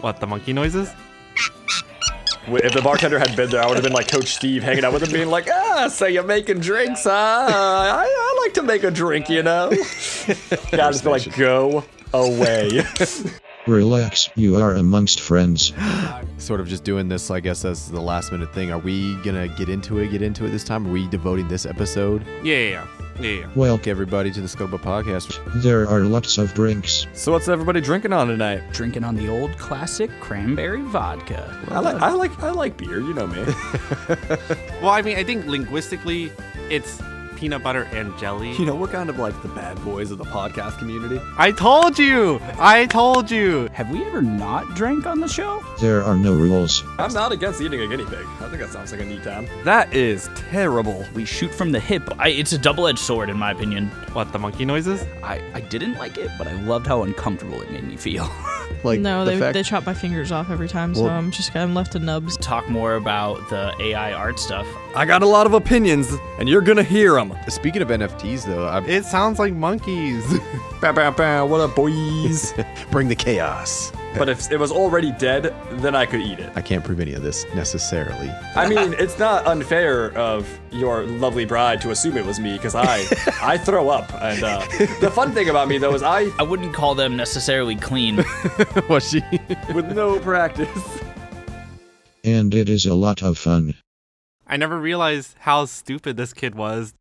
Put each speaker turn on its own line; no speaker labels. What, the monkey noises?
If the bartender had been there, I would have been like Coach Steve hanging out with him, being like, ah, so you're making drinks, huh? I, I like to make a drink, you know? yeah, I'd just be like, go away.
Relax, you are amongst friends.
Sort of just doing this, I guess, as the last minute thing. Are we gonna get into it? Get into it this time? Are we devoting this episode,
Yeah, yeah, yeah. yeah. yeah.
Well,
everybody, to the Scopa podcast?
there are lots of drinks.
so what's everybody drinking on tonight?
Drinking on the old classic cranberry vodka.
I like, I like, I like beer. You know me.
Well, I mean, I think linguistically, it's peanut butter and jelly.
You know, we're kind of like the bad boys of the podcast community.
I told you! I told you!
Have we ever not drank on the show?
There are no rules.
I'm not against eating a guinea pig. I think that sounds like a neat time.
That is terrible.
We shoot from the hip. I, it's a double edged sword, in my opinion.
What, the monkey noises?
I, I didn't like it, but I loved how uncomfortable it made me feel.
Like
no,
the
they,
fact
they chop my fingers off every time, so
Well-
I'm just I'm left to nubs.
Talk more about the AI art stuff.
I got a lot of opinions, and you're gonna hear them.
Speaking of NFTs, though, I
It sounds like monkeys.
Bah, bah, bah, what up, boys?
bring the chaos.
but if it was already dead, then I could eat it.
I can't prove any of this necessarily.
I mean, it's not unfair of your lovely bride to assume it was me because I, I throw up. And uh, the fun thing about me though is I,
I wouldn't call them necessarily clean.
Was she?
with no practice.
And it is a lot of fun.
I never realized how stupid this kid was